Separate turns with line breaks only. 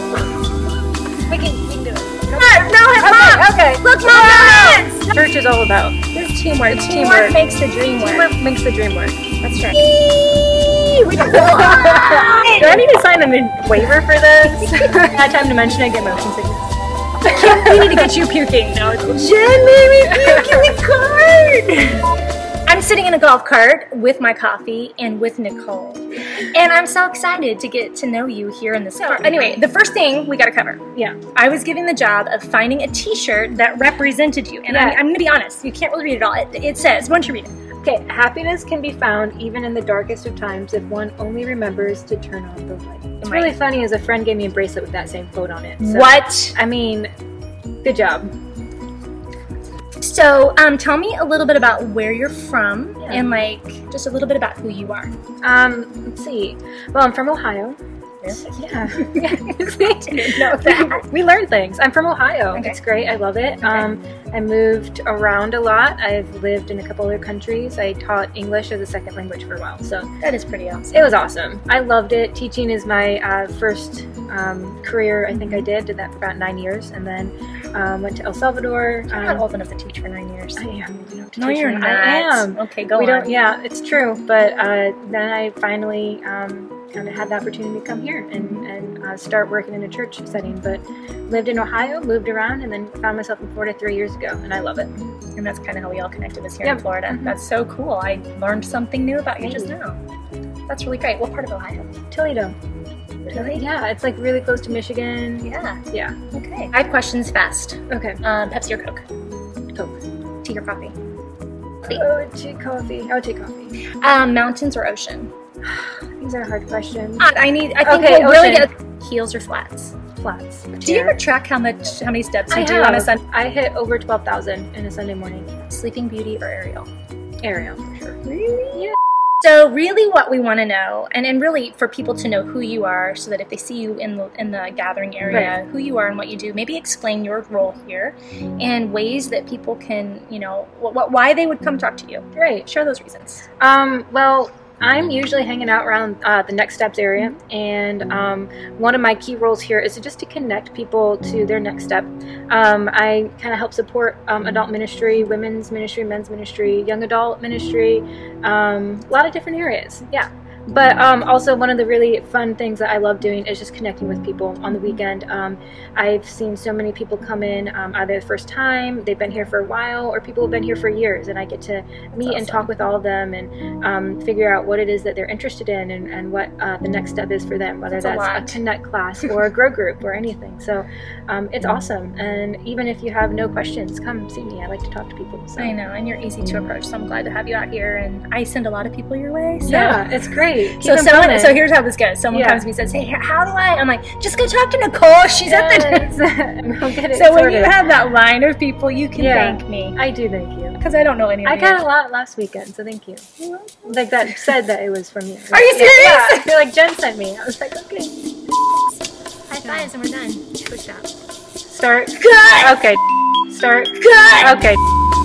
We can, we can do it.
No, it's not.
Okay, okay.
Look, mom, balance.
Church is all about this teamwork.
Teamwork makes the dream work.
Teamwork makes the dream work. That's right.
We don't
Do I need to sign a waiver for this? Bad time to mention it. Get motion sickness. we need to get you puking now.
Jen made me puke in the cart.
I'm sitting in a golf cart with my coffee and with Nicole, and I'm so excited to get to know you here in this car. Anyway, the first thing we got to cover.
Yeah.
I was given the job of finding a T-shirt that represented you, and
Yeah.
I'm, I'm going to be honest. You can't really read it all. It, it says, "Why don't you read it?"
Okay, happiness can be found even in the darkest of times if one only remembers to turn on the light. It's really funny as a friend gave me a bracelet with that same quote on it. So,
What?
I mean, good job.
So, um, tell me a little bit about where you're from
Yeah.
and like just a little bit about who you are.
Um, let's see. Well, I'm from Ohio. Yeah.
know that.
we learn things. I'm from Ohio.
Okay.
It's great. I love it. Um, I moved around a lot. I've lived in a couple other countries. I taught English as a second language for a while. So
That is pretty awesome.
it was awesome. I loved it. Teaching is my uh, first um, career, I think I did. Did that for about nine years and then um, went to El Salvador.
I'm not
Um,
old enough to teach for nine years.
I am. You don't have to
No,
teach
you're
me.
not.
I am
Okay, go
we
on.
don't. Yeah, it's true. But uh, then I finally um, kind of had the opportunity to come here and and uh, start working in a church setting. But lived in Ohio, moved around, and then found myself in Florida three years ago, and I love it.
And that's kind of how we all connected us here in
Yep.
Florida.
Mhm.
That's so cool. I learned something new about you just
Thank
now. That's really great. What part of Ohio?
Toledo.
Really?
Yeah, it's like really close to Michigan.
Yeah.
Yeah.
Okay. Five questions fast.
Okay.
Um, Pepsi or Coke?
Coke.
Tea or coffee?
Oh, take coffee. I'll take coffee.
Um, mountains or ocean?
These are hard questions.
I, I need. I think
Okay,
we'll really
ocean.
get heels or flats.
Flats.
Do you ever track how much, how many steps you
I
do
have.
on a Sunday?
I hit over twelve thousand in a Sunday morning.
Sleeping Beauty or Ariel?
Ariel for sure.
Really? So really what we want to know and, and really for people to know who you are so that if they see you in the in the gathering area, who you are and what you do, maybe explain your role here and ways that people can, you know, what, what why they would come talk to you.
Great.
Share those reasons.
Um, well, I'm usually hanging out around uh, the Next Steps area, and um, one of my key roles here is just to connect people to their next step. Um, I kind of help support um, adult ministry, women's ministry, men's ministry, young adult ministry, um, a lot of different areas. Yeah. But um, also, one of the really fun things that I love doing is just connecting with people on the weekend. Um, I've seen so many people come in um, either the first time, they've been here for a while, or people have been here for years, and I get to meet and
awesome.
talk with all of them and um, figure out what it is that they're interested in and, and what uh, the next step is for them, whether
That's a
that's,
lot.
a Connect class or a Grow group or anything. So um, it's awesome. And even if you have no questions, come see me. I like to talk to people. So.
I know, and you're easy to approach, so I'm glad to have you out here and I send a lot of people your way. So
Yeah, it's great. Keep
So
'em
someone,
coming.
so here's how this goes. Someone
Yeah.
comes to me and says, "Hey, how do I?" I'm like, "Just go talk to Nicole. She's at
Yes. I'll
the."
get it
So when
sorted.
you have that line of people, you can
Yeah.
thank me
I do thank you.
because I don't know any. Of
I
you.
got a lot last weekend, so thank you. Like that said that it was from you.
Are you serious?
Yeah, I feel like Jen sent me. I was like, okay,
High fives and we're done. Push up.
start.
Cut!
Okay, start.
Cut!
Okay,